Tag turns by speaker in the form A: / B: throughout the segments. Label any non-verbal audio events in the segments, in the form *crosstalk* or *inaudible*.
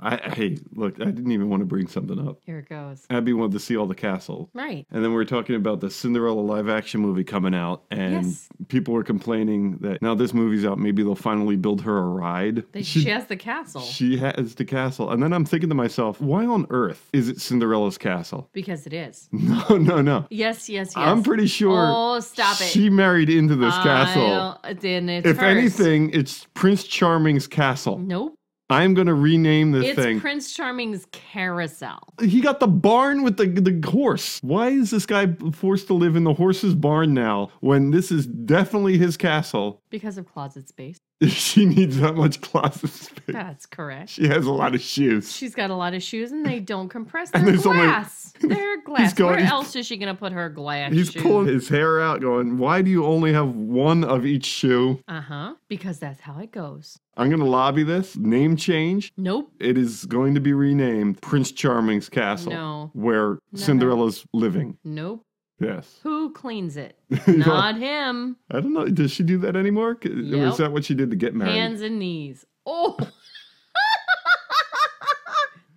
A: I, hey, look, I didn't even want to bring something up.
B: Here it goes.
A: Abby wanted to see all the castle.
B: Right.
A: And then we were talking about the Cinderella live action movie coming out, and
B: Yes.
A: people were complaining that now this movie's out, maybe they'll finally build her a ride.
B: They,
A: *laughs*
B: she,
A: She-
B: has the castle
A: she has the castle. And then I'm thinking to myself, why on earth is it Cinderella's castle? *laughs*
B: because it is.
A: No, no, no.
B: Yes, yes, yes.
A: I'm pretty sure
B: Oh, stop it.
A: she married into this
B: I
A: castle.
B: don't- Then it's
A: If
B: hers.
A: anything, it's Prince Charming's castle.
B: nope.
A: I'm going to rename this
B: It's
A: thing.
B: Prince Charming's carousel.
A: he got the barn with the, the horse. Why is this guy forced to live in the horse's barn now when this is definitely his castle? *laughs*
B: Because of closet space.
A: She needs that much closet space.
B: That's correct.
A: She has a lot of shoes.
B: She's got a lot of shoes and they don't compress
A: *laughs* And
B: their
A: there's only- *laughs*
B: glass. They're glass.
A: going-
B: Where
A: he's-
B: else is she going to put her glass
A: He's
B: shoes?
A: pulling his hair out, going, Why do you only have one of each shoe?
B: Uh huh. Because that's how it goes.
A: I'm going to lobby this name change.
B: Nope.
A: It is going to be renamed Prince Charming's Castle,
B: No.
A: where
B: no.
A: Cinderella's living.
B: Nope.
A: Yes.
B: Who cleans it?
A: *laughs* You know,
B: Not him.
A: I don't know. Does she do that anymore? C- Or
B: Yep.
A: is that what she did to get married?
B: Hands and knees. Oh. *laughs*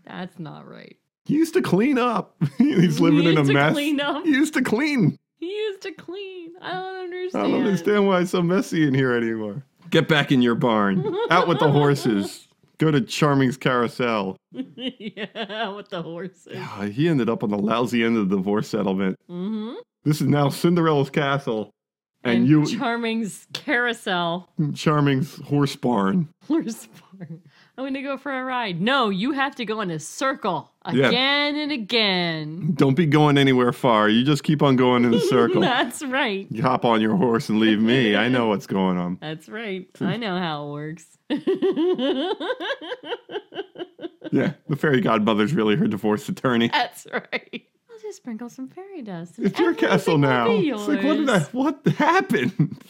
B: That's not right.
A: He used to clean up. *laughs* He's
B: He
A: living in a
B: used to
A: mess.
B: clean up.
A: He used to clean.
B: He used to clean. I don't understand.
A: I don't understand why it's so messy in here anymore. Get back in your barn. *laughs* Out with the horses. Go to Charming's carousel.
B: *laughs* yeah, with the horses.
A: Ah, he ended up on the lousy end of the divorce settlement.
B: Mm-hmm.
A: This is now Cinderella's castle, and, you,
B: Charming's carousel.
A: Charming's horse barn.
B: Horse barn. I'm gonna go for a ride. No, you have to go in a circle
A: Yeah.
B: again and again.
A: Don't be going anywhere far. You just keep on going
B: *laughs*
A: in a *laughs* circle.
B: That's right.
A: You hop on your horse and leave me. I know what's going
B: *laughs*
A: on.
B: That's right. I know how it works. *laughs*
A: Yeah, the fairy godmother's really her divorce attorney.
B: That's right. I'll just sprinkle some fairy dust. and
A: It's your
B: everything
A: castle
B: will
A: now.
B: be
A: It's like what did I,
B: yours. *laughs*
A: what happened?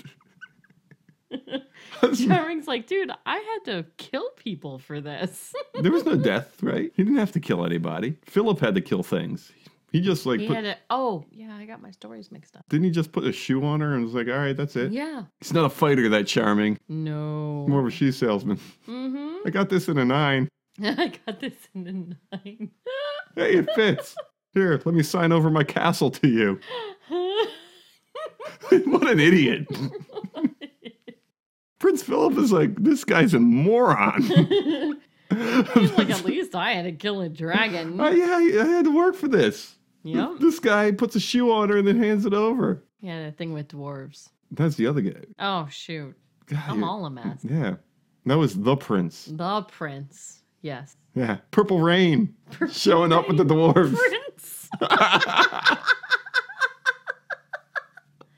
B: Charming's like, dude, I had to kill people for this. *laughs*
A: there was no death, right? He didn't have to kill anybody. Philip had to kill things. He just like
B: he
A: put,
B: had a, oh, yeah, I got my stories mixed up.
A: didn't he just put a shoe on her and was like, all right, that's it.
B: Yeah.
A: He's not a fighter that charming.
B: No.
A: More of a shoe salesman.
B: Mm-hmm.
A: I got this in a nine.
B: *laughs* I got this in a nine. *laughs*
A: Hey, it fits. Here, let me sign over my castle to you. *laughs* what an idiot. Prince Philip is like, this guy's a
B: *laughs*
A: moron.
B: He's like, at least I had to kill a
A: *laughs*
B: dragon.
A: I, I, I had to work for this.
B: yep.
A: *laughs* This guy puts a shoe on her and then hands it over.
B: He had a thing with dwarves.
A: That's the other guy.
B: Oh, shoot.
A: God,
B: I'm
A: you're-
B: all a mess.
A: Yeah. That was the prince.
B: The prince. Yes.
A: Yeah. Purple Rain showing up with the dwarves. *laughs*
B: Prince.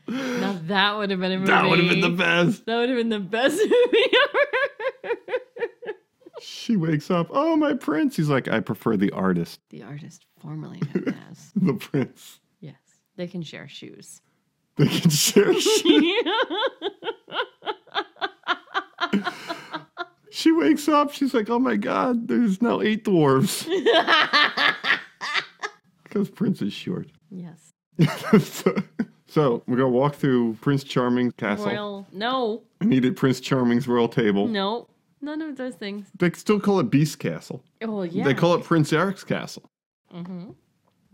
B: now that would have been a movie.
A: That would have been the best.
B: That would have been the best *laughs* movie ever.
A: She wakes up. Oh, my prince. He's like, I prefer the artist,
B: The artist formerly
A: *laughs*
B: known as.
A: the prince. *laughs*
B: Yes. They can share shoes.
A: They can
B: *laughs*
A: share. she wakes up. She's like, oh my God, there's now eight
B: *laughs*
A: dwarves because Prince is short. *laughs*
B: yes.
A: so, so we're going to walk through Prince Charming's castle
B: Royal. No.
A: and eat at Prince Charming's royal table.
B: No. None of those things.
A: They still call it Beast Castle.
B: Oh yeah.
A: They call it Prince Eric's Castle.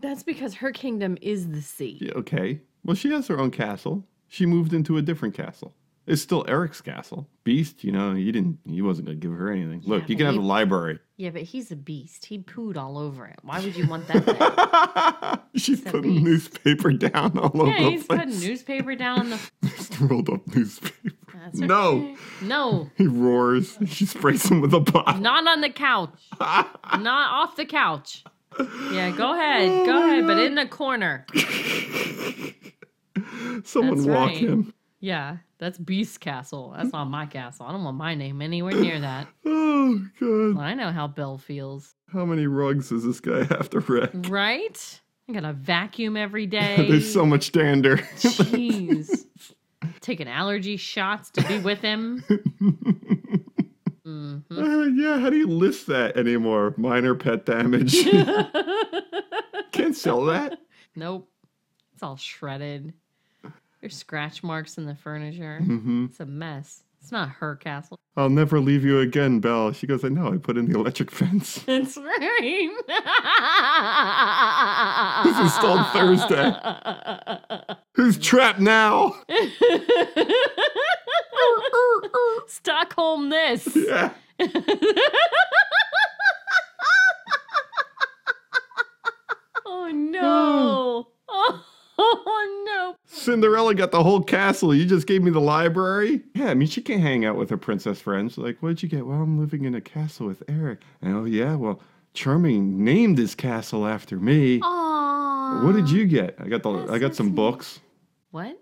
B: That's because her kingdom is the sea.
A: Yeah, okay. Well, she has her own castle. She moved into a different castle. It's still Eric's castle. Beast, you know, he didn't. He wasn't gonna give her anything. Look, you
B: but
A: can have
B: he-
A: the library. *laughs*
B: Yeah, but he's a beast. He pooed all over it. Why would you
A: *laughs*
B: want that thing?
A: She's
B: a
A: putting
B: beast.
A: newspaper down all over
B: yeah,
A: the
B: he's
A: place.
B: putting newspaper down. The...
A: *laughs* Just rolled up newspaper.
B: That's right.
A: No,
B: No.
A: he roars. She sprays him with a bottle.
B: Not on the couch. Not off the couch. Yeah, go ahead.
A: Oh
B: Go ahead, but in the corner.
A: Someone
B: That's
A: walk
B: right.
A: him.
B: Yeah, that's Beast Castle. That's not my castle. I don't want my name anywhere near that.
A: Oh god!
B: I know how Bill feels.
A: How many rugs does this guy have to wreck?
B: Right? I gotta
A: *laughs*
B: vacuum every day.
A: There's so much dander.
B: Jeez. Taking allergy shots to be with him. Mhm.
A: Uh, yeah, how do you list that anymore? Minor pet
B: *laughs*
A: damage. *laughs* Can't sell that.
B: *laughs* Nope. It's all shredded. There's scratch marks in the furniture.
A: hmm *laughs*
B: It's a mess. It's not her castle.
A: I'll never leave you again, Belle. She goes, I know, I put in the electric fence. *laughs*
B: It's *laughs* right.
A: This is on
B: *laughs*
A: Thursday. Who's trapped now? *laughs*
B: Stockholm this.
A: *laughs* Yeah.
B: *laughs* Oh no. *laughs* Oh, no.
A: Cinderella got the whole castle. You just gave me the library? Yeah, I mean, she can't hang out with her princess friends. Like, what'd you get? Well, I'm living in a castle with Eric. And, oh, yeah, well, Charming named his castle after me.
B: Aww.
A: What did you get? I got the
B: Yes,
A: I got
B: that's
A: some
B: neat.
A: books.
B: What?